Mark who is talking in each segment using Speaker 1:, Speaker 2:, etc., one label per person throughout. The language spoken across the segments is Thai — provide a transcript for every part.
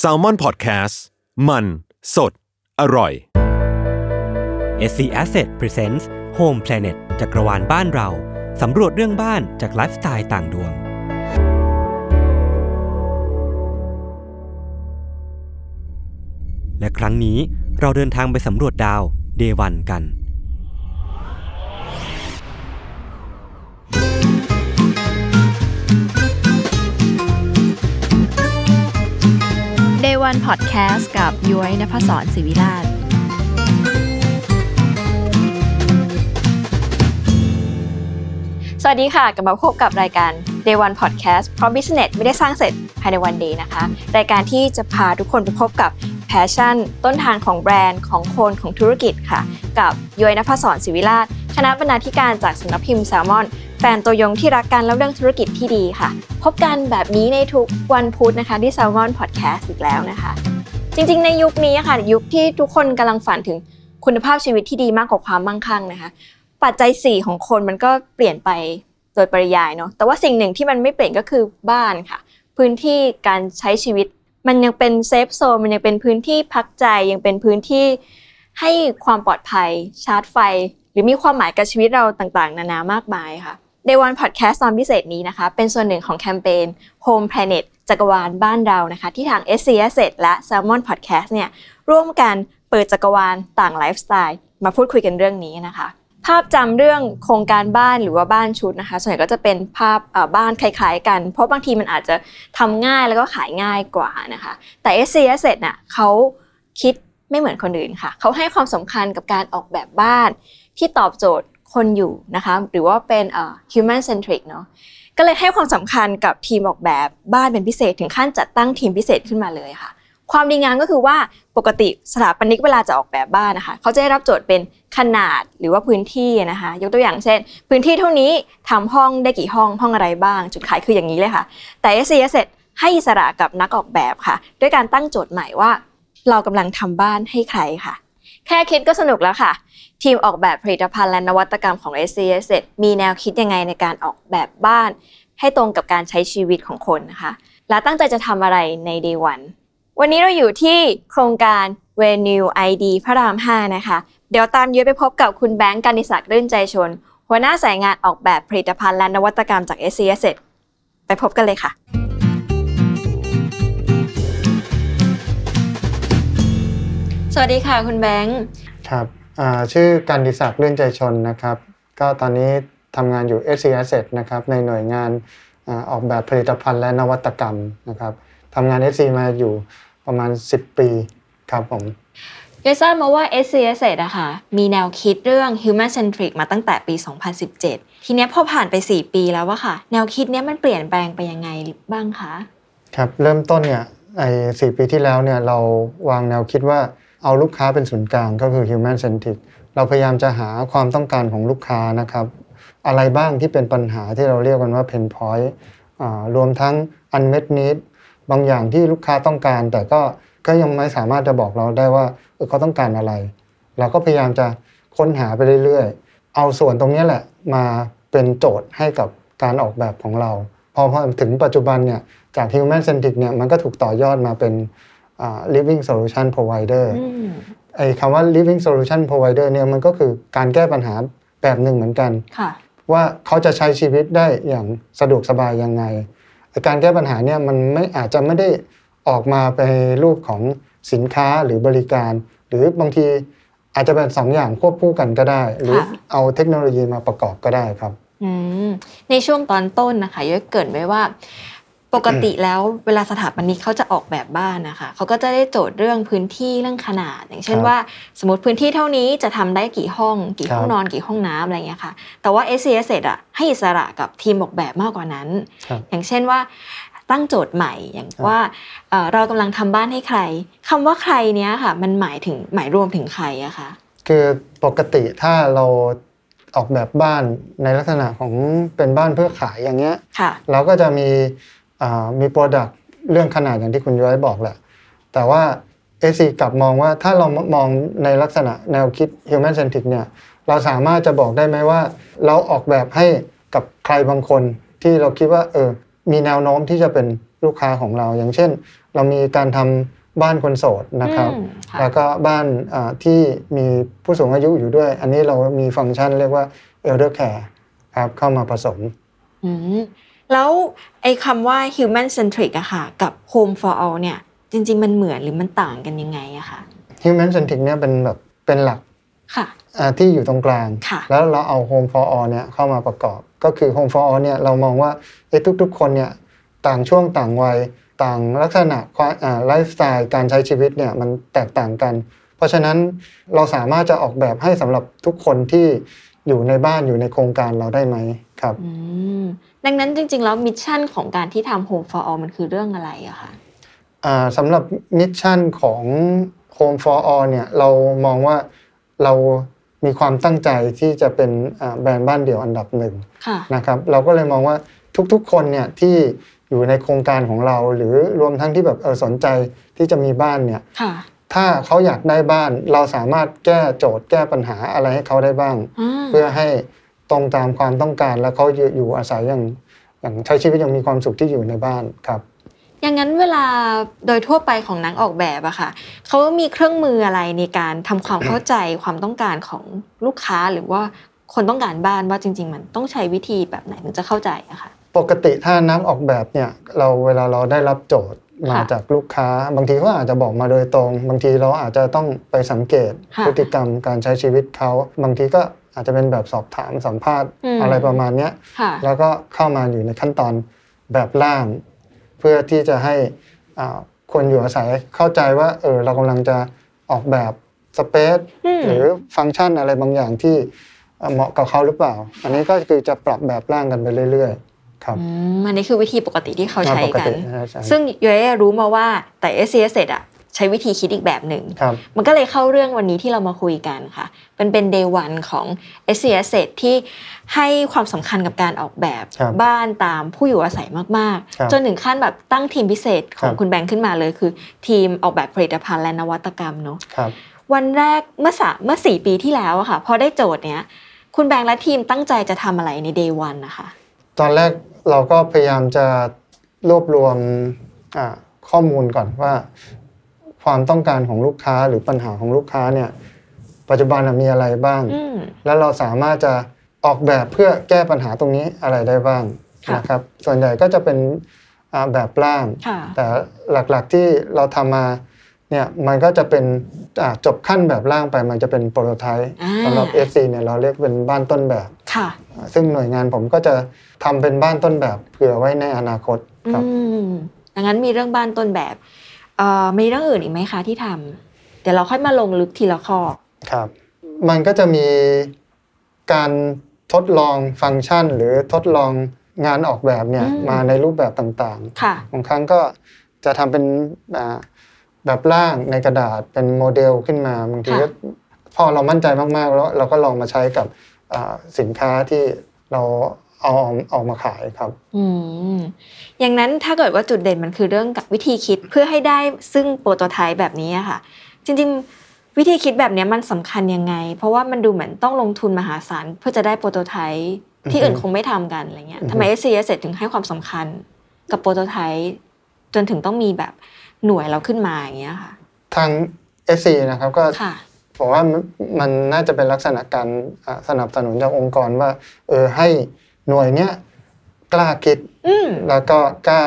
Speaker 1: s a l ม o n PODCAST มันสดอร่อย
Speaker 2: SC Asset Presents Home Planet จักรวาลบ้านเรา สำรวจเรื่องบ้านจากไลฟ์สไตล์ต่างดวง และครั้งนี้เราเดินทางไปสำรวจดาวเดวันกัน
Speaker 3: Day One Podcast กับย้อยนภศรศิวิราช สวัสดีค่ะ กลับมาพบกับรายการ Day One Podcast เพราะ Business ไม่ได้สร้างเสร็จภายในวัน day นะคะ รายการที่จะพาทุกคนไปพบกับแพชชั่น ต้นทางของแบรนด์ของคนของธุรกิจค่ะ กับย้อยนภศรศิวิราช คณะบรรณาธิการจากสำนักพิมพ์แซลมอน แฟนตัวยงที่รักกันแล้วเรื่องธุรกิจที่ดีค่ะ พบกันแบบนี้ในทุกวันพุธนะคะที่ Salmon Podcast อีกแล้วนะคะ จริงๆ ในยุคนี้ค่ะ ยุคที่ทุกคนกำลังฝันถึงคุณภาพชีวิตที่ดีมากกว่าความมั่งคั่งนะคะ ปัจจัย 4 ของคนมันก็เปลี่ยนไปโดยปริยายเนาะแต่ว่าสิ่งหนึ่งที่มันไม่เปลี่ยนก็คือบ้านค่ะ พื้นที่การใช้ชีวิต มันยังเป็นเซฟโซนมันยังเป็นพื้นที่พักใจยังเป็นพื้นที่ให้ความปลอดภัยชาร์จไฟ หรือมีความหมายกับชีวิตเราต่างๆ นานามากมายค่ะ Day One Podcast ตอนพิเศษนี้นะคะ เป็นส่วนหนึ่งของแคมเปญ Home Planet จักรวาลบ้านเรานะคะ ที่ทาง SC Asset และ Salmon Podcast เนี่ยร่วมกันเปิดจักรวาลต่างไลฟ์สไตล์มาพูดคุยกันเรื่องนี้นะคะ ภาพจำเรื่องโครงการบ้านหรือว่าบ้านชุดนะคะ ส่วนใหญ่ก็จะเป็นภาพเอ่อบ้านคล้ายๆกัน เพราะบางทีมันอาจจะทำง่ายแล้วก็ขายง่ายกว่านะคะ แต่ SC Asset น่ะเขาคิดไม่เหมือนคนอื่นค่ะ เขาให้ความสำคัญกับการออกแบบบ้าน ที่ตอบโจทย์คนอยู่นะคะ หรือว่าเป็นเอ่อ human centric เนาะก็เลยให้ความสำคัญกับทีมออกแบบบ้านเป็นพิเศษถึงขั้นจัดตั้งทีมพิเศษขึ้นมาเลยค่ะ ความดีงามก็คือว่าปกติสถาปนิกเวลาจะออกแบบบ้านนะคะ เขาจะได้รับโจทย์เป็นขนาดหรือว่าพื้นที่นะคะ ยกตัวอย่างเช่น พื้นที่เท่านี้ทำห้องได้กี่ห้องห้องอะไรบ้าง จุดขายคืออย่างนี้เลยค่ะ แต่ s อ s ให้อิสระกับนักออกแบบค่ะ ด้วยการตั้งโจทย์ใหม่ว่า เรากำลังทำบ้านให้ใครค่ะ แค่คิดก็สนุกแล้วค่ะ ทีมออกแบบผลิตภัณฑ์และนวัตกรรมของ s c s มีแนวคิดยังไงในการออกแบบบ้าน ให้ตรงกับการใช้ชีวิตของคนนะคะ และตั้งใจจะทำอะไรใน day วัน วันนี้เราอยู่ที่โครงการ Venue ID พระราม 5 นะคะ เดี๋ยวตามย้อยไปพบกับคุณแบงค์การนิศักดิ์รื่นใจชน หัวหน้าสายงานออกแบบผลิตภัณฑ์และนวัตกรรมจาก s c s ไปพบกันเลยค่ะ สวัสดีค่ะคุณแบงค์
Speaker 4: ครับอ่าชื่อการดิศักดิ์เลื่อนใจชนนะครับ ก็ตอนนี้ทำงานอยู่ SC Asset นะครับในหน่วยงานอาออกแบบผลิตภัณฑ์และนวัตกรรมนะครับทำงาน SC มาอยู่ประมาณ 10 ปีครับผม
Speaker 3: ยายทราบมาว่า SCS อะค่ะ มีแนวคิดเรื่อง human centric มาตั้งแต่ปี 2017 ทีเนี้ยพอผ่านไป 4 ปีแล้วอะค่ะ แนวคิดเนี้ยมันเปลี่ยนแปลงไปยังไงบ้างคะ
Speaker 4: ครับเริ่มต้นเนี่ยไอ้สปีที่แล้วเนี่ยเราวางแนวคิดว่าเอาลูกค้าเป็นศูนย์กลางก็คือ human centric เราพยายามจะหาความต้องการของลูกค้านะครับ อะไรบ้างที่เป็นปัญหาที่เราเรียกกันว่า pain point อ่ารวมทั้ง unmet need บางอย่างที่ลูกค้าต้องการ แต่ก็ก็ยังไม่สามารถจะบอกเราได้ว่าเออเขาต้องการอะไร เราก็พยายามจะค้นหาไปเรื่อยๆ เอาส่วนตรงเนี้ยแหละมาเป็นโจทย์ให้กับการออกแบบของเรา พอพอถึงปัจจุบันเนี่ยจาก Human Centric เนี่ยมันก็ถูกต่อยอดมาเป็นอ่า Living Solution Provider
Speaker 3: อืม
Speaker 4: ไอ้คำว่า Living Solution Provider เนี่ยมันก็คือการแก้ปัญหาแบบหนึ่งเหมือนกัน
Speaker 3: ค่ะ
Speaker 4: ว่าเขาจะใช้ชีวิตได้อย่างสะดวกสบายยังไงไอ้การแก้ปัญหาเนี่ยมันไม่อาจจะไม่ได้ออกมาในรูปของสินค้าหรือบริการ หรือบางทีอาจจะเป็นสองอย่างควบคู่กันก็ได้ หรือ
Speaker 3: ค่ะ
Speaker 4: เอาเทคโนโลยีมาประกอบก็ได้ครับ
Speaker 3: อืม ในช่วงตอนต้นนะคะย้อยเกริดไว้ว่า ปกติแล้วเวลาสถาปนิกเขาจะออกแบบบ้านนะคะ เขาก็จะได้โจทย์เรื่องพื้นที่เรื่องขนาด อย่างเช่น
Speaker 4: ครับ
Speaker 3: ว่า สมมติพื้นที่เท่านี้จะทำได้กี่ห้อง กี่ห้อง
Speaker 4: ครับ
Speaker 3: นอนกี่ห้องน้ำอะไรเงี้ยค่ะ แต่ว่า s c s อะให้อิสระกับทีมออกแบบมากกว่านั้น
Speaker 4: ครับ
Speaker 3: อย่างเช่นว่าตั้งโจทย์ใหม่อย่าง
Speaker 4: ครับ
Speaker 3: ว่าเอ่อเรากำลังทำบ้านให้ใครคำว่าใครเนี้ยค่ะ มันหมายถึงหมายรวมถึงใครอะคะ
Speaker 4: คือปกติถ้าเราออกแบบบ้านในลักษณะของเป็นบ้านเพื่อขายอย่างเงี้ย
Speaker 3: ค่ะ
Speaker 4: เราก็จะมีอ่ามีโปรดักต์เรื่องขนาดอย่างที่คุณย้อยบอกแหละ แต่ว่า AC กลับมองว่าถ้าเรามองในลักษณะแนวคิด Human Centric เนี่ยเราสามารถจะบอกได้ไหมว่า เราออกแบบให้กับใครบางคนที่เราคิดว่าเออมีแนวโน้มที่จะเป็น ลูกค้าของเรา อย่างเช่น เรามีการทำบ้านคนโสดนะครับ
Speaker 3: อืมค่ะ
Speaker 4: แล้วก็บ้านอ่าที่มีผู้สูงอายุอยู่ด้วย อันนี้เรามีฟังก์ชันเรียกว่า elder care ครับเข้ามาผสม
Speaker 3: อืมแล้วไอ้คำว่า human centric อะค่ะ กับ home for all เนี่ย จริง ๆ มันเหมือนหรือมันต่างกันยังไงอะค่ะ
Speaker 4: human centric เนี่ยเป็นแบบเป็นหลัก
Speaker 3: ค่ะ
Speaker 4: อ่าที่อยู่ตรงกลาง
Speaker 3: ค่ะ
Speaker 4: แล้วเราเอา home for all เนี่ยเข้ามาประกอบ ก็คือ home for all เนี่ยเรามองว่าเอ้ยทุกๆ คนเนี่ยต่างช่วงต่างวัยต่างลักษณะความไลฟ์สไตล์การใช้ชีวิตเนี่ยมันแตกต่างกัน เพราะฉะนั้นเราสามารถจะออกแบบให้สำหรับทุกคนที่อยู่ในบ้านอยู่ในโครงการเราได้ไหมครับ
Speaker 3: อืมดังนั้นจริง ๆ แล้วมิชชั่นของการที่ทำ home for all มันคือเรื่องอะไรอะค่ะ
Speaker 4: อ่าสำหรับมิชชั่นของ Home for All เนี่ยเรามองว่าเรามีความตั้งใจที่จะเป็นอ่าแบรนด์บ้านเดี่ยวอันดับหนึ่ง
Speaker 3: ค่ะ
Speaker 4: นะครับเราก็เลยมองว่าทุกๆคนเนี่ยที่อยู่ในโครงการของเรา หรือรวมทั้งที่แบบเออสนใจที่จะมีบ้านเนี่ย
Speaker 3: ค่ะ
Speaker 4: ถ้าเขาอยากได้บ้านเราสามารถแก้โจทย์แก้ปัญหาอะไรให้เขาได้บ้าง
Speaker 3: อ่า
Speaker 4: เพื่อให้ตรงตามความต้องการแล้วเขาอยู่อาศัยอย่างอย่างใช้ชีวิตอย่างมีความสุขที่อยู่ในบ้านครับ
Speaker 3: อย่างนั้นเวลาโดยทั่วไปของนักออกแบบอะค่ะเขามีเครื่องมืออะไรในการทำความเข้าใจความต้องการของลูกค้าหรือว่าคนต้องการบ้านว่าจริง ๆ มันต้องใช้วิธีแบบไหนถึงจะเข้าใจอะค่ะ
Speaker 4: ปกติถ้านักออกแบบเนี่ยเราเวลาเราได้รับโจทย์มา
Speaker 3: ค่ะ
Speaker 4: จากลูกค้า บางทีเขาอาจจะบอกมาโดยตรง บางทีเราอาจจะต้องไปสังเกต
Speaker 3: ค่ะ
Speaker 4: พฤติกรรมการใช้ชีวิตเขาบางทีก็อาจจะเป็นแบบสอบถามสัมภาษณ์
Speaker 3: ม
Speaker 4: อะไรประมาณเนี้ย
Speaker 3: ค่ะ
Speaker 4: แล้วก็เข้ามาอยู่ในขั้นตอนแบบล่าง เพื่อที่จะให้อ่าคนอยู่อาศัยเข้าใจว่าเออเรากำลังจะออกแบบสเปซ
Speaker 3: ม
Speaker 4: หรือฟังก์ชันอะไรบางอย่างที่เอ่อเหมาะกับเขาหรือเปล่า อันนี้ก็คือจะปรับแบบร่างกันไปเรื่อยๆ ครับ
Speaker 3: อืมอันนี้คือวิธีปกติที่เขา
Speaker 4: ตาม
Speaker 3: ใช้
Speaker 4: ปก
Speaker 3: กัน
Speaker 4: ติใช่
Speaker 3: ซึ่งย้อยรู้มาว่าแต่ s อ s อะใช้วิธีคิดอีกแบบหนึ่ง
Speaker 4: ครับ
Speaker 3: มันก็เลยเข้าเรื่องวันนี้ที่เรามาคุยกันค่ะ มันเป็น day one ของ s c s ที่ให้ความสำคัญกับการออกแบบ
Speaker 4: ครับ
Speaker 3: บ้านตามผู้อยู่อาศัยมาก
Speaker 4: ครับ
Speaker 3: ๆ จนถึงขั้นแบบตั้งทีมพิเศษของ
Speaker 4: ครับ
Speaker 3: คุณแบงค์ขึ้นมาเลย คือทีมออกแบบผลิตภัณฑ์และนวัตกรรมเนาะ
Speaker 4: ครับ
Speaker 3: วันแรกเมื่อสะเมื่อสี่ปีที่แล้วอะค่ะ พอได้โจทย์เนี้ย คุณแบงค์และทีมตั้งใจจะทำอะไรใน day one นะคะ
Speaker 4: ตอนแรกเราก็พยายามจะรวบรวมอ่าข้อมูลก่อนว่า ความต้องการของลูกค้าหรือปัญหาของลูกค้าเนี่ยปัจจุบันน่ะมีอะไรบ้าง
Speaker 3: อืม
Speaker 4: แล้วเราสามารถจะออกแบบเพื่อแก้ปัญหาตรงนี้อะไรได้บ้าง
Speaker 3: ค่ะ
Speaker 4: นะครับ ส่วนใหญ่ก็จะเป็นอ่าแบบร่าง
Speaker 3: ค่ะ
Speaker 4: แต่หลักๆที่เราทำมาเนี่ยมันก็จะเป็นอ่าจบขั้นแบบล่างไปมันจะเป็นโปรโตไทป์
Speaker 3: อ่า
Speaker 4: สำหรับ FC เนี่ยเราเรียกเป็นบ้านต้นแบบ
Speaker 3: ค่ะ
Speaker 4: ซึ่งหน่วยงานผมก็จะทำเป็นบ้านต้นแบบเผื่อไว้ในอนาคต
Speaker 3: อื
Speaker 4: ครับ
Speaker 3: มดังนั้นมีเรื่องบ้านต้นแบบเอ่อมีเรื่องอื่นอีกไหมคะที่ทำเดี๋ยวเราค่อยมาลงลึกทีละข้อ
Speaker 4: ครับ มันก็จะมีการทดลองฟังก์ชัน หรือทดลองงานออกแบบเนี่ย
Speaker 3: อืม
Speaker 4: มาในรูปแบบต่างๆ
Speaker 3: ค่ะ
Speaker 4: บางครั้งก็จะทำเป็นอ่าแบบร่างในกระดาษเป็นโมเดลขึ้นมาบางที
Speaker 3: ค่ะ
Speaker 4: ก็พอเรามั่นใจมากๆ แล้วเราก็ลองมาใช้กับอ่าสินค้าที่เราเอาออกมาขายครับ
Speaker 3: อืมอย่างนั้นถ้าเกิดว่าจุดเด่นมันคือเรื่องกับวิธีคิดเพื่อให้ได้ซึ่งโปรโตไทป์แบบนี้อะค่ะ จริงๆ วิธีคิดแบบเนี้ยมันสำคัญยังไง เพราะว่ามันดูเหมือนต้องลงทุนมหาศาลเพื่อจะได้โปรโตไทป์ที่
Speaker 4: อือฮึ
Speaker 3: อื่นคงไม่ทำกันอะไรเงี้ย
Speaker 4: อือฮึ
Speaker 3: ทำไม s อ s ถึงให้ความสำคัญกับโปรโตไทป์จนถึงต้องมีแบบหน่วยเราขึ้นมาอย่างเงี้ยค่ะ
Speaker 4: ทาง SC นะครับก็
Speaker 3: ค่ะ
Speaker 4: ผมว่ามันมันน่าจะเป็นลักษณะการอ่าสนับสนุนจากองค์กรว่าเออให้หน่วยเนี้ยกล้าคิด
Speaker 3: อืม
Speaker 4: แล้วก็กล้า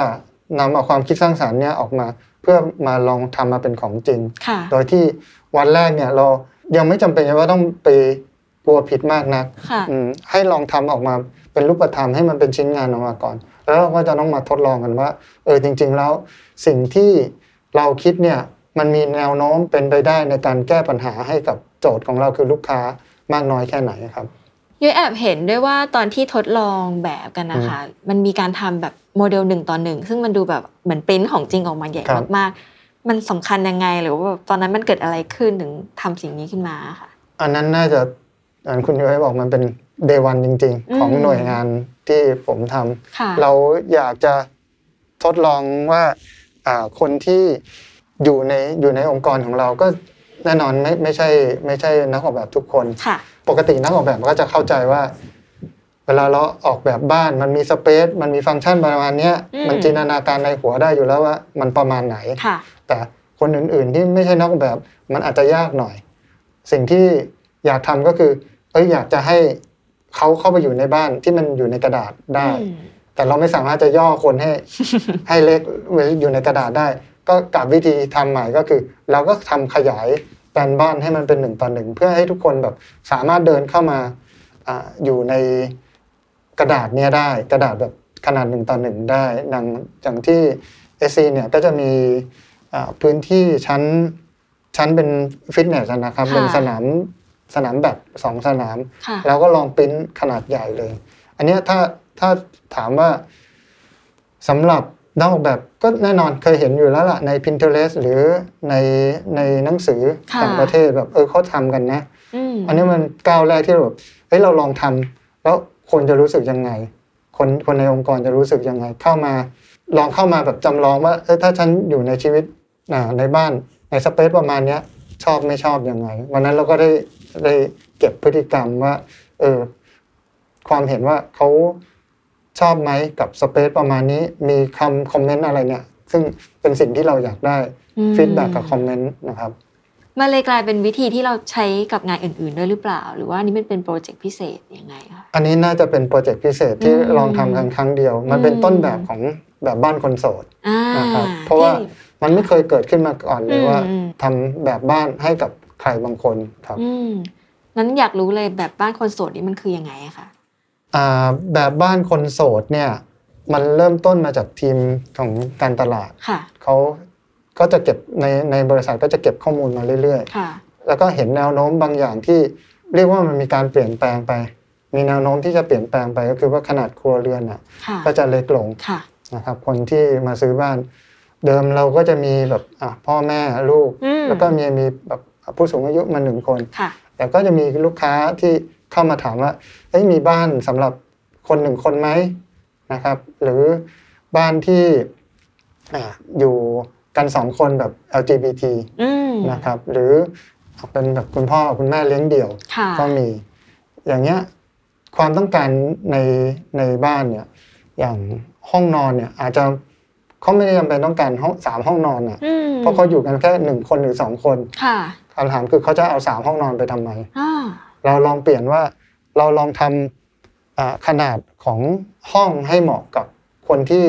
Speaker 4: นำเอาความคิดสร้างสารรค์เนี้ยออกมา เพื่อมาลองทำมาเป็นของจริง
Speaker 3: ค่ะ
Speaker 4: โดยที่วันแรกเนี่ยเรายังไม่จำเป็นว่าต้องไปกลัวผิดมากนัก
Speaker 3: ค่ะ
Speaker 4: อืมให้ลองทำออกมาเป็นรูปธรรมให้มันเป็นชิ้นงานออกมาก่อน แล้วเราก็จะต้องมาทดลองกันว่าเออจริง ๆ แล้วสิ่งที่เราคิดเนี่ยมันมีแนวโน้มเป็นไปได้ในการแก้ปัญหาให้กับโจทย์ของเราคือลูกค้ามากน้อยแค่ไหนครับ
Speaker 3: ย้อยแอบเห็นด้วยว่าตอนที่ทดลองแบบกันนะคะ มันมีการทำแบบโมเดลหนึ่งต่อหนึ่งซึ่งมันดูแบบเหมือนปริ้นของจริงออกมาใหญ่
Speaker 4: ครับ
Speaker 3: มากๆ มันสำคัญยังไงหรือว่าแบบตอนนั้นมันเกิดอะไรขึ้นถึงทำสิ่งนี้ขึ้นมาค่ะ
Speaker 4: อันนั้นน่าจะอันคุณย้อยบอกมันเป็นเดวันจริง
Speaker 3: อืม
Speaker 4: ๆ ของหน่วยงานที่ผมทำ
Speaker 3: ค่ะ
Speaker 4: เราอยากจะทดลองว่าอ่าคนที่อยู่ในอยู่ในองค์กรของเราก็แน่นอนไม่ไม่ใช่ไม่ใช่นักออกแบบทุกคน
Speaker 3: ค่ะ
Speaker 4: ปกตินักออกแบบก็จะเข้าใจว่า เวลาเราออกแบบบ้านมันมีสเปซมันมีฟังก์ชันประมาณเนี้ย
Speaker 3: อืม
Speaker 4: มันจินตนาการในหัวได้อยู่แล้วว่ามันประมาณไหน
Speaker 3: ค่ะ
Speaker 4: แต่คนอื่นๆที่ไม่ใช่นักออกแบบมันอาจจะยากหน่อย สิ่งที่อยากทำก็คือเอ้ยอยากจะให้เขาเข้าไปอยู่ในบ้านที่มันอยู่ในกระดาษได้
Speaker 3: อืม
Speaker 4: แต่เราไม่สามารถจะย่อคนให้ ให้เล็กไว้อยู่ในกระดาษได้ ก็กลับวิธีทำใหม่ก็คือ เราก็ทำขยายแปลนบ้านให้มันเป็นหนึ่งต่อหนึ่งเพื่อให้ทุกคนแบบสามารถเดินเข้ามาอ่าอยู่ในกระดาษเนี้ยได้ กระดาษแบบขนาดหนึ่งต่อหนึ่งได้ดังอย่างที่เอซีเนี่ยก็จะมีอ่าพื้นที่ชั้นชั้นเป็นฟิตเนสนะครับเป็น
Speaker 3: ค่ะ
Speaker 4: สนามสนามแบบสองสนาม
Speaker 3: ค่ะ
Speaker 4: เราก็ลองปริ้นขนาดใหญ่เลย อันเนี้ยถ้าถ้าถามว่าสำหรับนักออกแบบก็แน่นอนเคยเห็นอยู่แล้วล่ะใน Pinterest หรือในในหนังสือ
Speaker 3: ค่ะ
Speaker 4: ต่างประเทศแบบเออเขาทำกันนะ
Speaker 3: อืม
Speaker 4: อันนี้มันก้าวแรกที่แบบเฮ้ยเราลองทำแล้วคนจะรู้สึกยังไง คนคนในองค์กรจะรู้สึกยังไง เข้ามาลองเข้ามาแบบจำลองว่าเอ้ยถ้าฉันอยู่ในชีวิตอ่าในบ้านในสเปซประมาณเนี้ยชอบไม่ชอบยังไง วันนั้นเราก็ได้ได้เก็บพฤติกรรมว่าเออความเห็นว่าเขาชอบไหมกับสเปซประมาณนี้มีคำคอมเมนต์อะไรเนี่ย ซึ่งเป็นสิ่งที่เราอยากได้
Speaker 3: อืม
Speaker 4: ฟีดแบ็กกับคอมเมนต์นะครับ
Speaker 3: มันเลยกลายเป็นวิธีที่เราใช้กับงานอื่น ๆ ด้วยหรือเปล่า หรือว่าอันนี่มันเป็นโปรเจกต์พิเศษยังไงคะ
Speaker 4: อันนี้น่าจะเป็นโปรเจกต์พิเศษที่
Speaker 3: อืม
Speaker 4: ลองทำกันครั้งเดียว มันเป็น
Speaker 3: อืม
Speaker 4: ต้นแบบของแบบบ้านคนโสด
Speaker 3: อ่า
Speaker 4: นะครับเพราะว่า
Speaker 3: ที่
Speaker 4: มันไม่เคยเกิดขึ้นมาก่อนเลย
Speaker 3: อืม
Speaker 4: ว่า
Speaker 3: อืม
Speaker 4: ทำแบบบ้านให้กับใครบางคนครับ
Speaker 3: อืมนั้นอยากรู้เลยแบบบ้านคนโสดนี่มันคือยังไงอะคะ
Speaker 4: อ่าแบบบ้านคนโสดเนี่ยมันเริ่มต้นมาจากทีมของการตลาด
Speaker 3: ค่ะ
Speaker 4: เขาก็จะเก็บในในบริษัทก็จะเก็บข้อมูลมาเรื่อย ๆ
Speaker 3: ค่ะ
Speaker 4: แล้วก็เห็นแนวโน้มบางอย่างที่เรียกว่ามันมีการเปลี่ยนแปลงไป มีแนวโน้มที่จะเปลี่ยนแปลงไปก็คือว่าขนาดครัวเรือนอ่ะ
Speaker 3: ค่ะ
Speaker 4: ก็จะเล็กลง
Speaker 3: ค่ะ
Speaker 4: นะครับคนที่มาซื้อบ้าน เดิมเราก็จะมีแบบอ่ะพ่อแม่ลูก
Speaker 3: อืม
Speaker 4: แล้วก็มีมีแบบผู้สูงอายุมาหนึ่งคน
Speaker 3: ค่ะ
Speaker 4: แต่ก็จะมีลูกค้าที่เข้ามาถามว่าเอ้ยมีบ้านสำหรับคนหนึ่งคนไหมนะครับ หรือบ้านที่อ่ะอยู่กันสองคนแบบ LGBT
Speaker 3: อืม
Speaker 4: นะครับ หรือเป็นแบบคุณพ่อคุณแม่เลี้ยงเดี่ยว
Speaker 3: ค่ะ
Speaker 4: ก็มีอย่างเงี้ยความต้องการในในบ้านเนี่ยอย่างห้องนอนเนี่ยอาจจะเขาไม่ได้จำเป็นต้องการห้องสามห้องนอนอ่ะ
Speaker 3: อืม
Speaker 4: เพราะเขาอยู่กันแค่หนึ่งคนหรือสองคน
Speaker 3: ค่ะ
Speaker 4: คำถามคือเขาจะเอาสามห้องนอนไปทำไม
Speaker 3: อ่า
Speaker 4: เราลองเปลี่ยนว่าเราลองทำอ่าขนาดของห้องให้เหมาะกับคนที่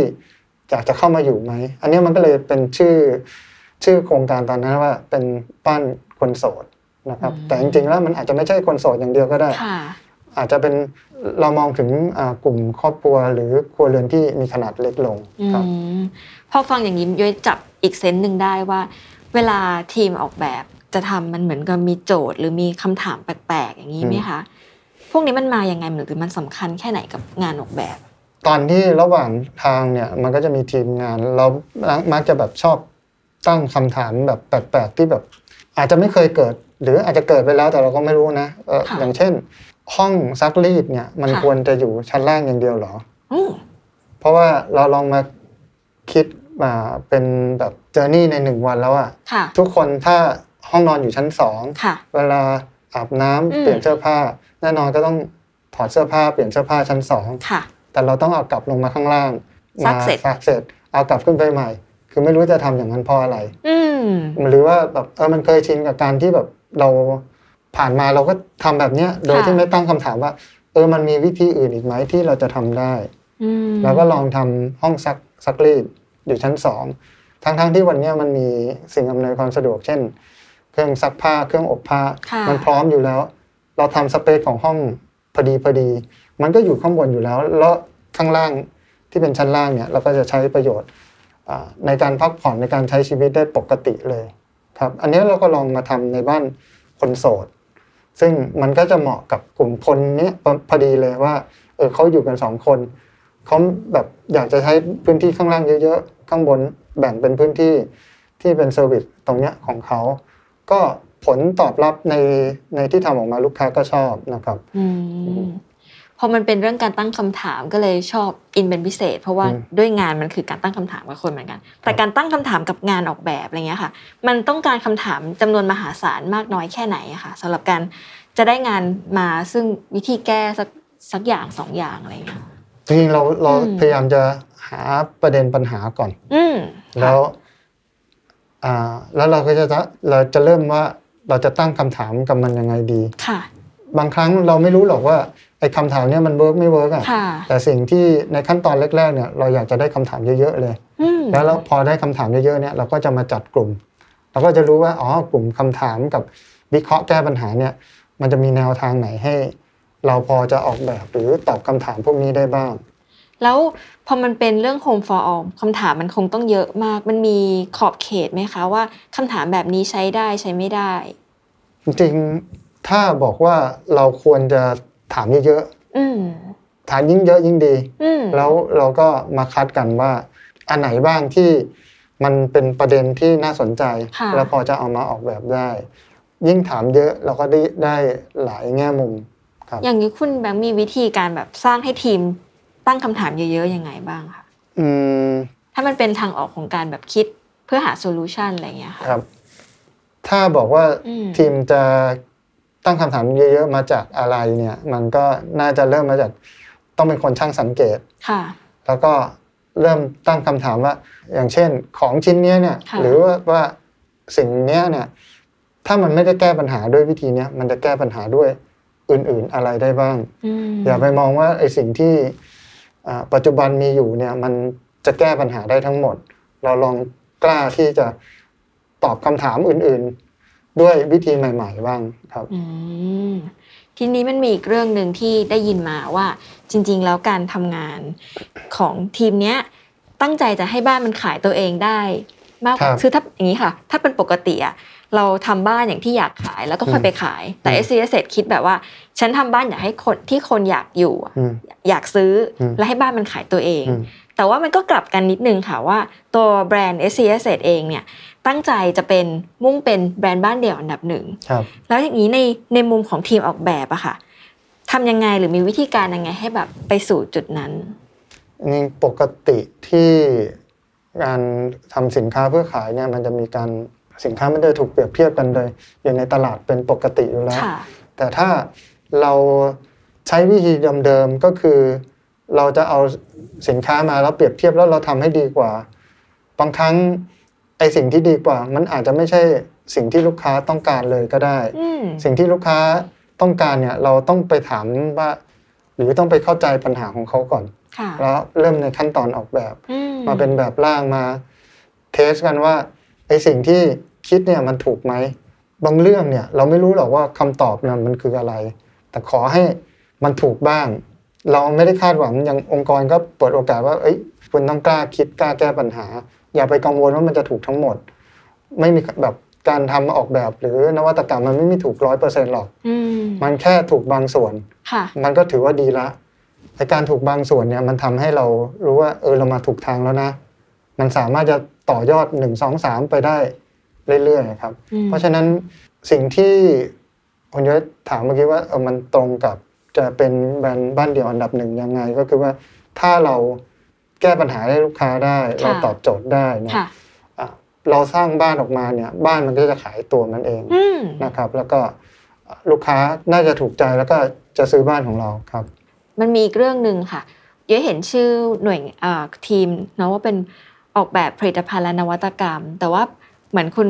Speaker 4: อยากจะเข้ามาอยู่ไหม อันเนี้ยมันก็เลยเป็นชื่อชื่อโครงการตอนนั้นว่าเป็นบ้านคนโสดนะครับ แต่จริงๆแล้วมันอาจจะไม่ใช่คนโสดอย่างเดียวก็ได้
Speaker 3: ค่ะ
Speaker 4: อาจจะเป็นเรามองถึงอ่ากลุ่มครอบครัวหรือครัวเรือนที่มีขนาดเล็กลง
Speaker 3: อื
Speaker 4: ครับ
Speaker 3: มพอฟังอย่างนี้ย้อยจับอีกเซนส์หนึ่งได้ว่า เวลาทีมออกแบบจะทำมันเหมือนกับมีโจทย์ หรือมีคำถามแปลกๆ อย่างนี้ไหมคะ พวกนี้มันมาอย่างไงหรือมันสำคัญแค่ไหนกับงานออกแบบ
Speaker 4: ตอนที่ระหว่างทางเนี่ยมันก็จะมีทีมงาน เรามักจะแบบชอบตั้งคำถามแบบแปลกๆที่แบบ อาจจะไม่เคยเกิด หรืออาจจะเกิดไปแล้วแต่เราก็ไม่รู้นะเอ่อ
Speaker 3: ค่ะ
Speaker 4: อย่างเช่น ห้องซักรีดเนี่ยมัน
Speaker 3: ค่ะ
Speaker 4: ควรจะอยู่ชั้นล่างอย่างเดียวเหรอ
Speaker 3: อืม
Speaker 4: เพราะว่าเราลองมาคิดมาเป็นแบบเจอร์นี่ในหนึ่งวันแล้วอะ
Speaker 3: ค่ะ
Speaker 4: ทุกคนถ้าห้องนอนอยู่ชั้นสอง
Speaker 3: ค่ะ
Speaker 4: เวลาอาบน้ำ
Speaker 3: อืม
Speaker 4: เปลี่ยนเสื้อผ้า แน่นอนก็ต้องถอดเสื้อผ้าเปลี่ยนเสื้อผ้าชั้นสอง
Speaker 3: ค่ะ
Speaker 4: แต่เราต้องเอากลับลงมาข้างล่าง
Speaker 3: ซักเสร็จ
Speaker 4: มาซักเสร็จเอากลับขึ้นไปใหม่ คือไม่รู้จะทำอย่างนั้นเพราะอะไร
Speaker 3: อืม
Speaker 4: หรือว่าแบบเออมันเคยชินกับการที่แบบเราผ่านมาเราก็ทำแบบเนี้ยโดยที่ไม่ตั้งคำถามว่า เออมันมีวิธีอื่นอีกไหมที่เราจะทำได้
Speaker 3: อืม
Speaker 4: แล้วก็ลองทำห้องซักซักรีดอยู่ชั้นสองทั้งๆที่วันเนี้ยมันมีสิ่งอำนวยความสะดวก เช่น เครื่องซักผ้าเครื่องอบผ้า
Speaker 3: ค่ะ
Speaker 4: มันพร้อมอยู่แล้ว เราทำสเปซของห้องพอดีพอดี มันก็อยู่ข้างบนอยู่แล้ว แล้วข้างล่างที่เป็นชั้นล่างเนี่ยเราก็จะใช้ประโยชน์อ่าในการพักผ่อนในการใช้ชีวิตได้ปกติเลยครับ อันนี้เราก็ลองมาทำในบ้านคนโสด ซึ่งมันก็จะเหมาะกับกลุ่มคนเนี้ยพอพอดีเลยว่า เออเขาอยู่กันสองคน เขาแบบอยากจะใช้พื้นที่ข้างล่างเยอะๆ ข้างบนแบ่งเป็นพื้นที่ที่เป็นเซอร์วิสตรงเนี้ยของเขา ก็ผลตอบรับในในที่ทำออกมาลูกค้าก็ชอบนะครับ
Speaker 3: อืมพอมันเป็นเรื่องการตั้งคำถามก็เลยชอบอินเป็นพิเศษ เพราะว่า
Speaker 4: อืม
Speaker 3: ด้วยงานมันคือการตั้งคำถามกับคนเหมือนกัน แต่การตั้งคำถามกับงานออกแบบอะไรเงี้ยค่ะ มันต้องการคำถามจำนวนมหาศาลมากน้อยแค่ไหนอะค่ะสำหรับการจะได้งานมาซึ่งวิธีแก้สัก สักอย่างสองอย่างอะไรอย่างเงี้ย
Speaker 4: จริงๆเราเรา
Speaker 3: อืม
Speaker 4: พยายามจะหาประเด็นปัญหาก่อน
Speaker 3: อืม
Speaker 4: แล้
Speaker 3: ค่ะ
Speaker 4: วอ่าแล้วเราก็จะเราจะเริ่มว่าเราจะตั้งคำถามกับมันยังไงดี
Speaker 3: ค่ะ
Speaker 4: บางครั้งเราไม่รู้หรอกว่าไอ้คำถามเนี่ยมันเวิร์กไม่เวิร์กอ่ะ
Speaker 3: ค่ะ
Speaker 4: แต่สิ่งที่ในขั้นตอนแรกๆเนี่ยเราอยากจะได้คำถามเยอะๆเลย
Speaker 3: อืม
Speaker 4: แล้วเราพอได้คำถามเยอะๆเนี่ยเราก็จะมาจัดกลุ่ม เราก็จะรู้ว่าอ๋อกลุ่มคำถามกับวิเคราะห์แก้ปัญหาเนี่ย มันจะมีแนวทางไหนให้ เราพอจะออกแบบหรือตอบคำถามพวกนี้ได้บ้าง
Speaker 3: แล้วพอมันเป็นเรื่อง Home for All คำถามมันคงต้องเยอะมาก มันมีขอบเขตไหมคะ ว่าคำถามแบบนี้ใช้ได้ใช้ไม่ได้
Speaker 4: จริงๆถ้าบอกว่าเราควรจะถามเยอะ
Speaker 3: อืม
Speaker 4: ๆถามยิ่งเยอะยิ่งดี
Speaker 3: อืม
Speaker 4: แล้วเราก็มาคัดกันว่า อันไหนบ้างที่มันเป็นประเด็นที่น่าสนใจ
Speaker 3: ะ
Speaker 4: แล้วพอจะเอามาออกแบบได้ ยิ่งถามเยอะเราก็ได้ได้หลายแง่มุมครับ
Speaker 3: อย่างนี้คุณแบงค์มีวิธีการแบบสร้างให้ทีมตั้งคำถามเยอะๆยังไงบ้างคะ
Speaker 4: อืม
Speaker 3: ถ้ามันเป็นทางออกของการแบบคิดเพื่อหาโซลูชันอะไรอย่างเงี้ยค่ะ
Speaker 4: ครับ ถ้าบอกว่า
Speaker 3: อืม
Speaker 4: ทีมจะตั้งคำถามเยอะๆมาจากอะไรเนี่ย มันก็น่าจะเริ่มมาจากต้องเป็นคนช่างสังเกต
Speaker 3: ค่ะ
Speaker 4: แล้วก็เริ่มตั้งคำถามว่า อย่างเช่น ของชิ้นเนี้ยเนี่ย
Speaker 3: ค่ะ
Speaker 4: หรือว่าว่าสิ่งเนี้ยเนี่ย ถ้ามันไม่ได้แก้ปัญหาด้วยวิธีเนี้ยมันจะแก้ปัญหาด้วยอื่นๆอะไรได้บ้าง
Speaker 3: อืม
Speaker 4: อย่าไปมองว่าไอ้สิ่งที่อ่าปัจจุบันมีอยู่เนี่ย มันจะแก้ปัญหาได้ทั้งหมด เราลองกล้าที่จะตอบคำถามอื่นๆ ด้วยวิธีใหม่ ๆ บ้างครับ
Speaker 3: อืมทีนี้มันมีอีกเรื่องหนึ่งที่ได้ยินมาว่าจริง ๆ แล้วการทำงานของทีมเนี้ยตั้งใจจะให้บ้านมันขายตัวเองได้ มากกว่า
Speaker 4: ครับ
Speaker 3: คือถ้าอย่างนี้ค่ะ ถ้าเป็นปกติอะเราทำบ้านอย่างที่อยากขายแล้วก็ค่อย
Speaker 4: อืม
Speaker 3: ไปขาย แต่
Speaker 4: อืม
Speaker 3: s อ s คิดแบบว่า ฉันทำบ้านอยากให้คนที่คนอยากอยู่อะ
Speaker 4: อืม
Speaker 3: อยากซื้ออ
Speaker 4: ม
Speaker 3: และให้บ้านมันขายตัวเอง
Speaker 4: อืม
Speaker 3: แต่ว่ามันก็กลับกันนิดนึงค่ะว่าตัวแบรนด์ s c s เองเนี่ยตั้งใจจะเป็นมุ่งเป็นแบรนด์บ้านเดี่ยวอันดับหนึ่ง
Speaker 4: ครับ
Speaker 3: แล้วอย่างนี้ในในมุมของทีมออกแบบอะค่ะทำยังไงหรือมีวิธีการยังไงให้แบบไปสู่จุดนั้น
Speaker 4: อันนี้ปกติที่การทำสินค้าเพื่อขายเนี่ยมันจะมีการสินค้ามันจะถูกเปรียบเทียบกันโดยอยู่ในตลาดเป็นปกติอยู่แล้ว
Speaker 3: ค่ะ
Speaker 4: แต่ถ้าเราใช้วิธีเดิมๆก็คือ เราจะเอาสินค้ามาแล้วเปรียบเทียบแล้วเราทำให้ดีกว่า บางครั้งไอสิ่งที่ดีกว่า มันอาจจะไม่ใช่สิ่งที่ลูกค้าต้องการเลยก็ได้
Speaker 3: อืม
Speaker 4: สิ่งที่ลูกค้าต้องการเนี่ยเราต้องไปถามว่า หรือต้องไปเข้าใจปัญหาของเขาก่อน
Speaker 3: ค่ะ
Speaker 4: แล้วเริ่มในขั้นตอนออกแบบ
Speaker 3: อื
Speaker 4: มาเป็นแบบร่างมาเทสกันว่าไอสิ่งที่คิดเนี่ยมันถูกไหมบางเรื่องเนี่ย เราไม่รู้หรอกว่าคำตอบเนี่ยมันคืออะไร แต่ขอให้มันถูกบ้าง เราไม่ได้คาดหวังอย่างองค์กรก็เปิดโอกาสว่า เอ้ยคุณต้องกล้าคิดกล้าแก้ปัญหา อย่าไปกังวลว่ามันจะถูกทั้งหมด ไม่มีแบบการทำออกแบบ หรือนวัตกรรมมันไม่มีถูกร้อยเปอร์เซ็นต์หรอก
Speaker 3: อืม
Speaker 4: มันแค่ถูกบางส่วน
Speaker 3: ค่ะ
Speaker 4: มันก็ถือว่าดีละไอการถูกบางส่วนเนี่ยมันทำให้เรารู้ว่า เออเรามาถูกทางแล้วนะ มันสามารถจะต่อยอดหนึ่งสองสามไปได้เรื่อยๆครับ
Speaker 3: อืม
Speaker 4: เพราะฉะนั้นสิ่งที่คุณยศถามเมื่อกี้ว่าเออมันตรงกับจะเป็นแบรนด์บ้านเดี่ยวอันดับหนึ่งยังไง ก็คือว่าถ้าเราแก้ปัญหาให้ลูกค้าได้ เราตอบโจทย์ได้เนย
Speaker 3: ค่ะ
Speaker 4: อ่ะเราสร้างบ้านออกมาเนี่ย บ้านมันก็จะขายตัวมันเอง
Speaker 3: อืม
Speaker 4: นะครับแล้วก็ลูกค้าน่าจะถูกใจแล้วก็จะซื้อบ้านของเราครับ
Speaker 3: มันมีอีกเรื่องหนึ่งค่ะเดี๋ยวเห็นชื่อหน่วยเอ่อทีมเนาะว่าเป็นออกแบบผลิตภัณฑ์และนวัตกรรม แต่ว่าเหมือนคุณ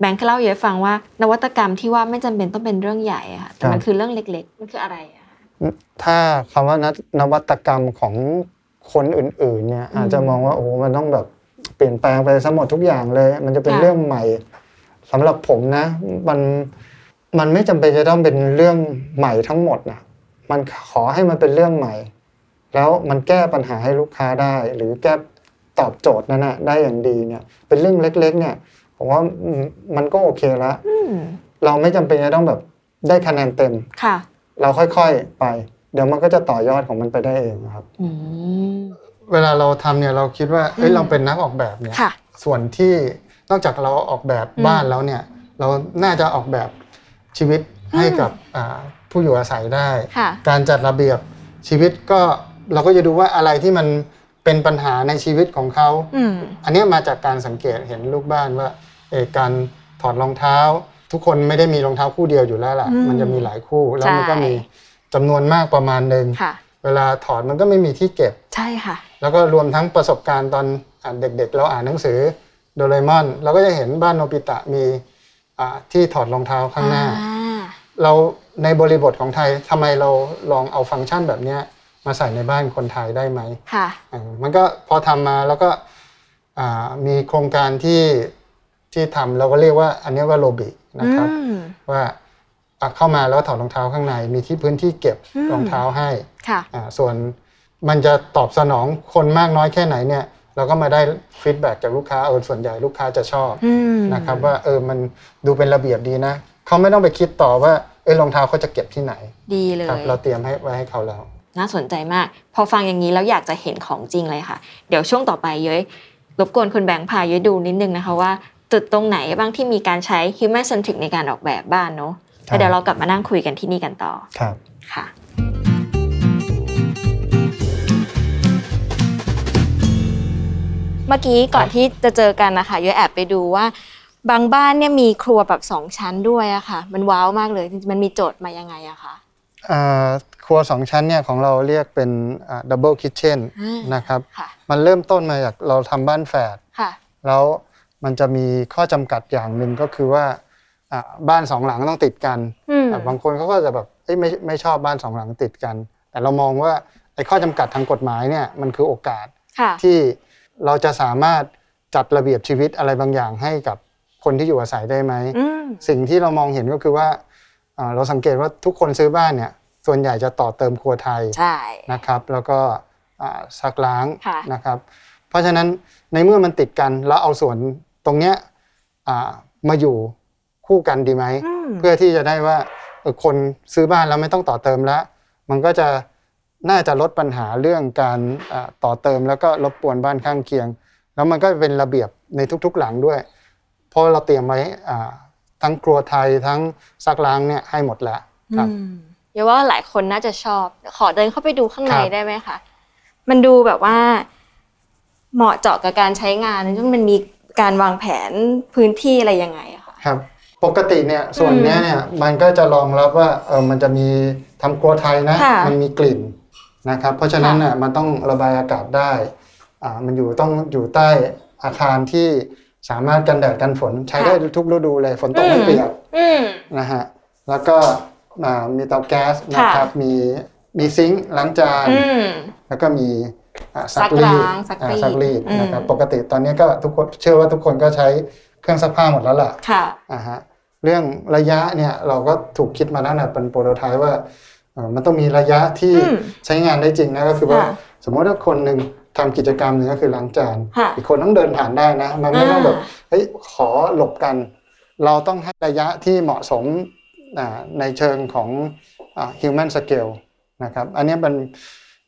Speaker 3: แบงค์เล่าเยอะฟังว่านวัตกรรมที่ว่าไม่จำเป็นต้องเป็นเรื่องใหญ่อะค่ะแต่มั
Speaker 4: ครั
Speaker 3: น
Speaker 4: บ
Speaker 3: คือเรื่องเล็ก ๆ มันคืออะไรอะ
Speaker 4: ถ้าคำว่านนวัตกรรมของคนอื่นๆเนี่ย
Speaker 3: อืม
Speaker 4: อาจจะมองว่าโอ้โหมันต้องแบบเปลี่ยนแปลงไปทั้งหมดทุกอย่างเลย มันจะเป็น
Speaker 3: ค่ะ
Speaker 4: เรื่องใหม่สำหรับผมนะ มันมันไม่จำเป็นจะต้องเป็นเรื่องใหม่ทั้งหมดนะมันขอให้มันเป็นเรื่องใหม่ แล้วมันแก้ปัญหาให้ลูกค้าได้ หรือแก้ตอบโจทย์นั้นนะได้อย่างดีเนี่ย เป็นเรื่องเล็ก ๆ เนี่ยผมว่ามันก็โอเคละ
Speaker 3: อืม
Speaker 4: เราไม่จำเป็นจะต้องแบบได้คะแนนเต็ม
Speaker 3: ค่ะ
Speaker 4: เราค่อยๆไป เดี๋ยวมันก็จะต่อยอดของมันไปได้เองครับ
Speaker 3: อืม
Speaker 4: เวลาเราทำเนี่ยเราคิดว่าเอ้ย
Speaker 3: อืม
Speaker 4: เราเป็นนักออกแบบเนี่ย
Speaker 3: ค่ะ
Speaker 4: ส่วนที่นอกจากเราออกแบบ
Speaker 3: อืม
Speaker 4: บ้านแล้วเนี่ย เราน่าจะออกแบบชีวิตให้กับอ่าผู้อยู่อาศัยได้
Speaker 3: ค่ะ
Speaker 4: การจัดระเบียบชีวิตก็เราก็จะดูว่าอะไรที่มันเป็นปัญหาในชีวิตของเขา
Speaker 3: อืม
Speaker 4: อันเนี้ยมาจากการสังเกตเห็นลูกบ้านว่าเออการถอดรองเท้า ทุกคนไม่ได้มีรองเท้าคู่เดียวอยู่แล้วล่ะ
Speaker 3: อืม
Speaker 4: มันจะมีหลายคู่แล้วมันก็
Speaker 3: ใช่
Speaker 4: มี จำนวนมากประมาณหนึ่ง
Speaker 3: ค่ะ
Speaker 4: เวลาถอนมันก็ไม่มีที่เก็บ
Speaker 3: ใช่ค่ะ
Speaker 4: แล้วก็รวมทั้งประสบการณ์ตอนอ่านเด็กๆ เราอ่านหนังสือโดเรมอนเราก็จะเห็นบ้านโนบิตะมีอ่าที่ถอดรองเท้าข้างหน้า
Speaker 3: อ่า
Speaker 4: เราในบริบทของไทยทำไมเราลองเอาฟังก์ชันแบบเนี้ยมาใส่ในบ้านคนไทยได้ไหม
Speaker 3: ค่ะ
Speaker 4: อ่ามันก็พอทำมาแล้วก็อ่ามีโครงการที่ที่ทำเราก็เรียกว่าอันเนี้ยว่าโลบินะครับ
Speaker 3: อืม
Speaker 4: ว่าอ่ะเข้ามาแล้วถอดรองเท้าข้างใน มีที่พื้นที่เก็บ
Speaker 3: อืม
Speaker 4: รองเท้าให้
Speaker 3: ค่ะ
Speaker 4: อ่าส่วนมันจะตอบสนองคนมากน้อยแค่ไหนเนี่ย เราก็มาได้ฟีดแบ็จากลูกค้าเออส่วนใหญ่ลูกค้าจะชอบ
Speaker 3: อืม
Speaker 4: นะครับว่าเออมันดูเป็นระเบียบดีนะเขาไม่ต้องไปคิดต่อว่าเออรองเท้าเขาจะเก็บที่ไหน
Speaker 3: ดีเลย
Speaker 4: ครับเราเตรียมให้ไว้ให้เขาแล้ว
Speaker 3: น่าสนใจมาก พอฟังอย่างนี้แล้วอยากจะเห็นของจริงเลยค่ะ เดี๋ยวช่วงต่อไปเย้ยรบกวนคุณแบงค์พาเย้ยดูนิดนึงนะคะว่า จุดตรงไหนบ้างที่มีการใช้ human centric ในการออกแบบบ้านเนาะ
Speaker 4: ค
Speaker 3: แล้
Speaker 4: รับ
Speaker 3: วเดี๋ยวเรากลับมานั่งคุยกันที่นี่กันต่อ
Speaker 4: ครับ
Speaker 3: ค่ะ เมื่อกี้ก่อนที่จะเจอกันนะคะเย้ยแอบไปดูว่าบางบ้านเนี่ยมีครัวแบบสองชั้นด้วยอะค่ะ มันว้าวมากเลยจริงๆมันมีโจทย์มายังไงอะคะ
Speaker 4: เอ่อครัวสองชั้นเนี่ยของเราเรียกเป็นดับเบิลคิทเช่น
Speaker 3: อ่าน
Speaker 4: นะครับ
Speaker 3: ค่ะ
Speaker 4: มันเริ่มต้นมาจากเราทำบ้านแฝด
Speaker 3: ค่ะ
Speaker 4: แล้วมันจะมีข้อจำกัดอย่างหนึ่งก็คือว่าอ่ะบ้านสองหลังต้องติดกัน
Speaker 3: อืม
Speaker 4: แต่บางคนเขาก็จะแบบเอ้ยไม่ไม่ชอบบ้านสองหลังติดกัน แต่เรามองว่าไอ้ข้อจำกัดทางกฎหมายเนี่ยมันคือโอกาส
Speaker 3: ค่ะ
Speaker 4: ที่เราจะสามารถจัดระเบียบชีวิตอะไรบางอย่างให้กับคนที่อยู่อาศัยได้ไหม
Speaker 3: อืม
Speaker 4: สิ่งที่เรามองเห็นก็คือว่าเอ่อเราสังเกตว่าทุกคนซื้อบ้านเนี่ยส่วนใหญ่จะต่อเติมครัวไทย
Speaker 3: ใช่
Speaker 4: นะครับ แล้วก็อ่าซักล้าง
Speaker 3: ค่ะ
Speaker 4: นะครับ เพราะฉะนั้นในเมื่อมันติดกันแล้วเอาส่วนตรงเนี้ยอ่ามาอยู่คู่กันดีไหม
Speaker 3: อืม
Speaker 4: เพื่อที่จะได้ว่าเออคนซื้อบ้านแล้วไม่ต้องต่อเติมแล้ว มันก็จะน่าจะลดปัญหาเรื่องการอ่าต่อเติมแล้วก็รบกวนบ้านข้างเคียง แล้วมันก็เป็นระเบียบในทุกๆหลังด้วย เพราะเราเตรียมไว้อ่าทั้งครัวไทยทั้งซักล้างเนี่ยให้หมดแล้วครับ
Speaker 3: อืมเดี๋ยวว่าหลายคนน่าจะชอบ ขอเดินเข้าไปดูข้างใน
Speaker 4: ครับ
Speaker 3: ได้ไหมคะ มันดูแบบว่า เหมาะเจาะกับการใช้งานจนมันมีการวางแผนพื้นที่อะไรยังไงอะคะ
Speaker 4: ครับปกติเนี่ยส่วนเนี้ยเนี่ยมันก็จะรองรับว่าเออมันจะมีทำครัวไทยนะ
Speaker 3: ค่ะ
Speaker 4: มันมีกลิ่นนะครับ เพราะฉะนั้นน่ะมันต้องระบายอากาศได้อ่ามันอยู่ต้องอยู่ใต้อาคารที่สามารถกันแดดกันฝนใช้ได้
Speaker 3: ค่ะ
Speaker 4: ทุกฤดูเลยฝนตก
Speaker 3: อืม
Speaker 4: ไม่เปียก
Speaker 3: อืม
Speaker 4: นะฮะแล้วก็อ่ามีเตาแก๊สนะครับ
Speaker 3: ค่ะ
Speaker 4: มีมีซิงค์ล้างจาน
Speaker 3: อืม
Speaker 4: แล้วก็มีอ่า
Speaker 3: ซั
Speaker 4: ซั
Speaker 3: ก
Speaker 4: กรี
Speaker 3: ล้า
Speaker 4: ด
Speaker 3: งซัก
Speaker 4: อ่า
Speaker 3: รีด
Speaker 4: ซักรีดนะครับ
Speaker 3: อืม
Speaker 4: ปกติตอนนี้ก็ทุกคนเชื่อว่าทุกคนก็ใช้เครื่องซักผ้าหมดแล้วล่ะ
Speaker 3: ค่ะ
Speaker 4: อ่าฮะเรื่องระยะเนี่ยเราก็ถูกคิดมาตั้งแต่เป็นโปรโตไทป์ว่าเอ่อมันต้องมีระยะที่
Speaker 3: อืม
Speaker 4: ใช้งานได้จริงนะก็คือว่า
Speaker 3: ค่ะ
Speaker 4: สมมติว่าคนหนึ่งทำกิจกรรมหนึ่งก็คือล้างจาน
Speaker 3: ค่ะ
Speaker 4: อีกคนต้องเดินผ่านได้นะ มันไม่ต้อง
Speaker 3: อ่า
Speaker 4: แบบเฮ้ยขอหลบกัน เราต้องให้ระยะที่เหมาะสมอ่าในเชิงของอ่า human scale นะครับอันเนี้ยมัน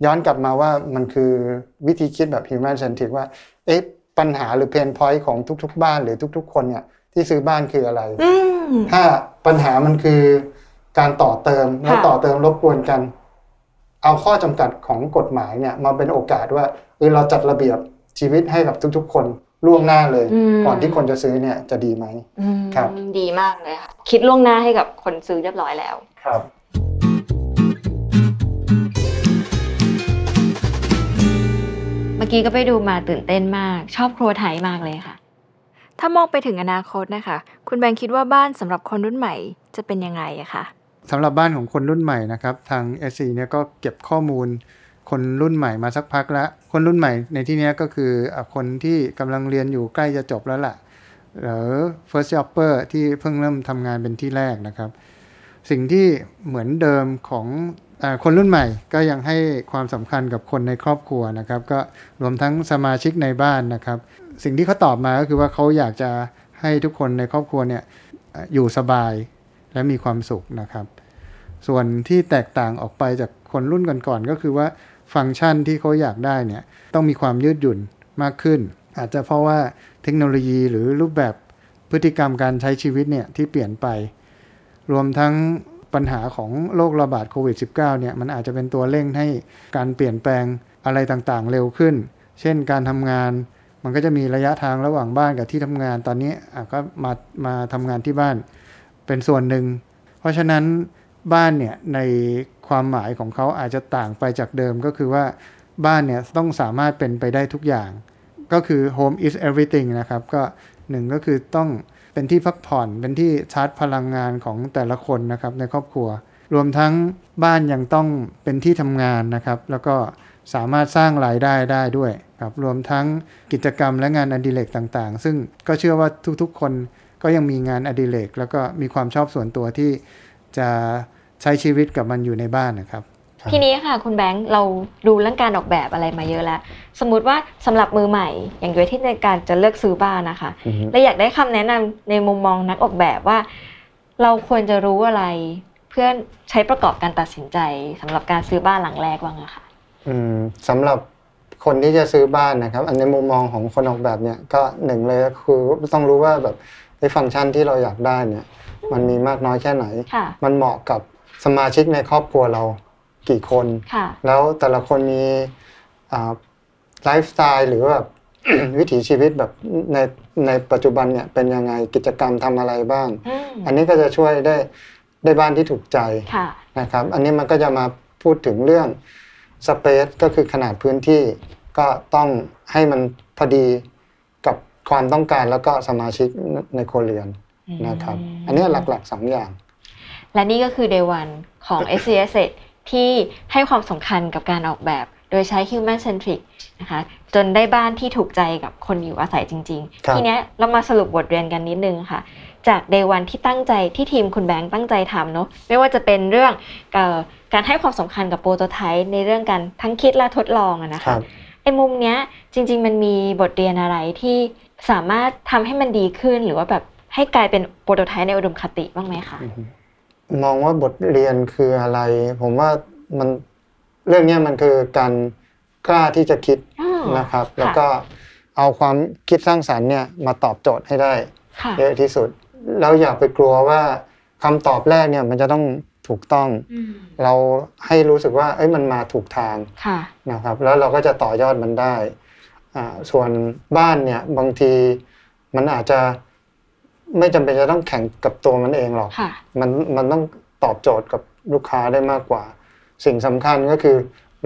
Speaker 4: ย้อนกลับมาว่ามันคือวิธีคิดแบบ human centric ว่าเอ๊ะปัญหาหรือ pain point ของทุกๆ บ้านหรือทุก ๆ คนเนี่ยที่ซื้อบ้านคืออะไร
Speaker 3: อืม
Speaker 4: ถ้าปัญหามันคือการต่อเติมแล้ว
Speaker 3: ค่ะ
Speaker 4: ต่อเติมรบกวนกัน เอาข้อจำกัดของกฎหมายเนี่ยมาเป็นโอกาสว่าเออเราจัดระเบียบชีวิตให้กับทุกๆ คนล่วงหน้าเลย
Speaker 3: ม
Speaker 4: ก่อนที่คนจะซื้อเนี่ยจะดีไหม
Speaker 3: อืม
Speaker 4: ครับ
Speaker 3: ดีมากเลยค่ะ คิดล่วงหน้าให้กับคนซื้อเรียบร้อยแล้ว
Speaker 4: ครับ
Speaker 3: เมื่อกี้ก็ไปดูมาตื่นเต้นมาก ชอบครัวไทยมากเลยค่ะ ถ้ามองไปถึงอนาคตนะคะ คุณแบงค์คิดว่าบ้านสำหรับคนรุ่นใหม่จะเป็นยังไงอะคะ
Speaker 4: สำหรับบ้านของคนรุ่นใหม่นะครับ ทาง SC เนี่ยก็เก็บข้อมูล คนรุ่นใหม่มาสักพักละคนรุ่นใหม่ในที่เนี้ยก็คืออ่ะคนที่กำลังเรียนอยู่ใกล้จะจบแล้วล่ะหรือ first jobber ที่เพิ่งเริ่มทำงานเป็นที่แรกนะครับ สิ่งที่เหมือนเดิมของอาคนรุ่นใหม่ก็ยังให้ความสำคัญกับคนในครอบครัวนะครับ ก็รวมทั้งสมาชิกในบ้านนะครับ สิ่งที่เขาตอบมาก็คือว่าเขาอยากจะให้ทุกคนในครอบครัวเนี่ยอ่ะอยู่สบายและมีความสุขนะครับ ส่วนที่แตกต่างออกไปจากคนรุ่นก่อนๆก็คือว่าฟังก์ชันที่เขาอยากได้เนี่ยต้องมีความยืดหยุ่นมากขึ้น อาจจะเพราะว่าเทคโนโลยีหรือรูปแบบพฤติกรรมการใช้ชีวิตเนี่ยที่เปลี่ยนไป รวมทั้งปัญหาของโรคระบาดโควิด -19 เนี่ยมันอาจจะเป็นตัวเร่งให้การเปลี่ยนแปลงอะไรต่างๆ เร็วขึ้น เช่นการทำงาน มันก็จะมีระยะทางระหว่างบ้านกับที่ทำงานตอนนี้อ่ะก็มามาทำงานที่บ้านเป็นส่วนหนึ่ง เพราะฉะนั้น บ้านเนี่ยในความหมายของเขาอาจจะต่างไปจากเดิมก็คือว่าบ้านเนี่ยต้องสามารถเป็นไปได้ทุกอย่าง ก็คือ home is everything นะครับ ก็หนึ่งก็คือต้องเป็นที่พักผ่อนเป็นที่ชาร์จพลังงานของแต่ละคนนะครับในครอบครัว รวมทั้งบ้านยังต้องเป็นที่ทำงานนะครับ แล้วก็สามารถสร้างรายได้ได้ด้วยครับรวมทั้งกิจกรรมและงานอดิเรกต่างๆ ซึ่งก็เชื่อว่าทุกๆ คนก็ยังมีงานอดิเรกแล้วก็มีความชอบส่วนตัวที่จะใช้ชีวิตกับมันอยู่ในบ้านนะครับ ครับ
Speaker 3: ทีนี้ค่ะ คุณแบงค์เราดูเรื่องการออกแบบอะไรมาเยอะแล้ว สมมติว่าสำหรับมือใหม่ อย่างโดยที่ในการจะเลือกซื้อบ้านนะคะและอยากได้คำแนะนำในมุมมองนักออกแบบว่า เราควรจะรู้อะไร เพื่อใช้ประกอบการตัดสินใจสำหรับการซื้อบ้านหลังแรกบ้างอะค่ะ
Speaker 4: อืมสำหรับคนที่จะซื้อบ้านนะครับ อันในมุมมองของคนออกแบบเนี่ยก็หนึ่งเลยก็คือต้องรู้ว่าแบบในฟังก์ชันที่เราอยากได้เนี่ย มันมีมากน้อยแค่ไหน
Speaker 3: ค่ะ
Speaker 4: มันเหมาะกับสมาชิกในครอบครัวเรากี่คน
Speaker 3: ค่ะ
Speaker 4: แล้วแต่ละคนมีไลฟ์สไตล์หรือแบบ วิถีชีวิตแบบในในปัจจุบันเนี่ยเป็นยังไงกิจกรรมทำอะไรบ้าง
Speaker 3: อืม
Speaker 4: อันนี้ก็จะช่วยได้ได้บ้านที่ถูกใจ
Speaker 3: ค่ะ
Speaker 4: นะครับอันนี้มันก็จะมาพูดถึงเรื่องสเปซก็คือขนาดพื้นที่ก็ต้องให้มันพอดีกับความต้องการแล้วก็สมาชิกในครัวเรือนนะครับอันนี้หลักๆสองอย่าง
Speaker 3: และนี่ก็คือ day one ของ s c s ที่ให้ความสำคัญกับการออกแบบ โดยใช้ human centric นะคะ จนได้บ้านที่ถูกใจกับคนอยู่อาศัยจริง
Speaker 4: ค
Speaker 3: ๆ
Speaker 4: รับ
Speaker 3: ทีเนี้ยเรามาสรุปบทเรียนกันนิดนึงค่ะ จาก day one ที่ตั้งใจที่ทีมคุณแบงค์ตั้งใจทำเนาะไม่ว่าจะเป็นเรื่องเอ่อการให้ความสำคัญกับโปรโตไทป์ในเรื่องการทั้งคิดและทดลองอะนะ
Speaker 4: ครั
Speaker 3: คะ
Speaker 4: บ
Speaker 3: ไอ้มุมเนี้ยจริง ๆ มันมีบทเรียนอะไรที่สามารถทำให้มันดีขึ้น หรือว่าแบบให้กลายเป็นโปรโตไทป์ในอุดมคติบ้างไหมคะ
Speaker 4: มองว่าบทเรียนคืออะไร ผมว่ามันเรื่องเนี้ยมันคือการกล้าที่จะคิด
Speaker 3: อ้าว
Speaker 4: นะครับ
Speaker 3: ค่ะ
Speaker 4: แล้วก็เอาความคิดสร้างสรรค์เนี่ยมาตอบโจทย์ให้ได้
Speaker 3: ค่ะ
Speaker 4: เยอะที่สุดแล้วอย่าไปกลัวว่าคำตอบแรกเนี่ยมันจะต้องถูกต้อง
Speaker 3: อืม
Speaker 4: เราให้รู้สึกว่าเอ้ยมันมาถูกทาง
Speaker 3: ค่ะ
Speaker 4: นะครับ แล้วเราก็จะต่อยอดมันได้อ่าส่วนบ้านเนี่ยบางทีมันอาจจะไม่จำเป็นจะต้องแข่งกับตัวมันเองหรอก
Speaker 3: ค่ะ
Speaker 4: มันมันต้องตอบโจทย์กับลูกค้าได้มากกว่า สิ่งสำคัญก็คือ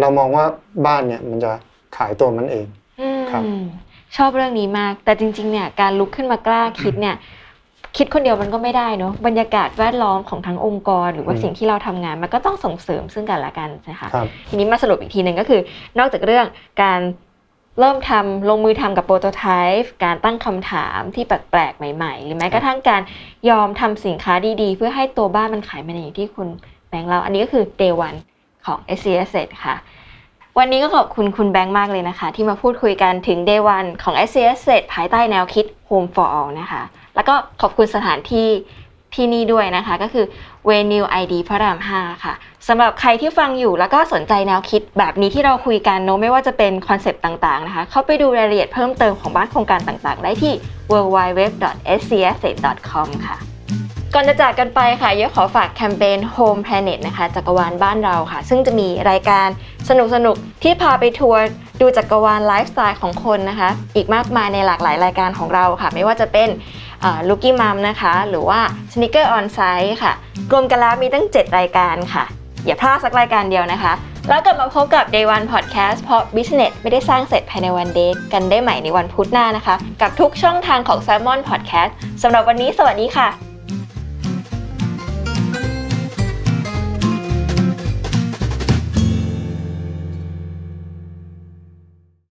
Speaker 4: เรามองว่าบ้านเนี่ยมันจะขายตัวมันเอง
Speaker 3: อืม
Speaker 4: ครับ
Speaker 3: ชอบเรื่องนี้มาก แต่จริง ๆ เนี่ย การลุกขึ้นมากล้าคิดเนี่ย คิดคนเดียวมันก็ไม่ได้เนอะบรรยากาศแวดล้อมของทั้งองค์กร หรือว่าสิ่งที่เราทำงาน มันก็ต้องส่งเสริมซึ่งกันและกันนะคะ
Speaker 4: ครับ
Speaker 3: ทีนี้มาสรุปอีกทีหนึ่งก็คือ นอกจากเรื่องการเริ่มทำลงมือทำกับโปรโตไทป์การตั้งคำถามที่แปลกๆ ใหม่ๆ หรือแม้กระทั่งการยอมทำสินค้าดีๆ เพื่อให้ตัวบ้านมันขายมาในอย่างที่คุณแบงค์เรา อันนี้ก็คือ day one ของ s c s ค่ะ วันนี้ก็ขอบคุณคุณแบงค์มากเลยนะคะ ที่มาพูดคุยกันถึง day one ของ s c s ภายใต้แนวคิด home for all นะคะ แล้วก็ขอบคุณสถานที่ที่นี่ด้วยนะคะก็คือ เวนิวไอดีพระราม 5 ค่ะสำหรับใครที่ฟังอยู่แล้วก็สนใจแนวคิดแบบนี้ที่เราคุยกันเนอะไม่ว่าจะเป็นคอนเซปต์ต่างๆนะคะ เข้าไปดูรายละเอียดเพิ่มเติมของบ้านโครงการต่างๆ ได้ที่ w w w s c s c o m ค่ะ ก่อนจะจากกันไปค่ะเยอะขอฝากแคมเปญ Home Planet นะคะจักรวาลบ้านเราค่ะ ซึ่งจะมีรายการสนุกๆ ที่พาไปทัวร์ดูจักรวาลไลฟ์สไตล์ของคนนะคะ อีกมากมายในหลากหลายรายการของเราค่ะ ไม่ว่าจะเป็นลูกี้มัมนะคะ หรือว่า Sneaker On Site ค่ะ รวมกันแล้วมีตั้ง 7 รายการค่ะ อย่าพลาดสักรายการเดียวนะคะ แล้วกลับมาพบกับ Day One Podcast เพราะ Business ไม่ได้สร้างเสร็จภายในวันเดทกันได้ใหม่ในวันพุธหน้านะคะ กับทุกช่องทางของ Salmon Podcast สำหรับวันนี้สวัสดีค่ะ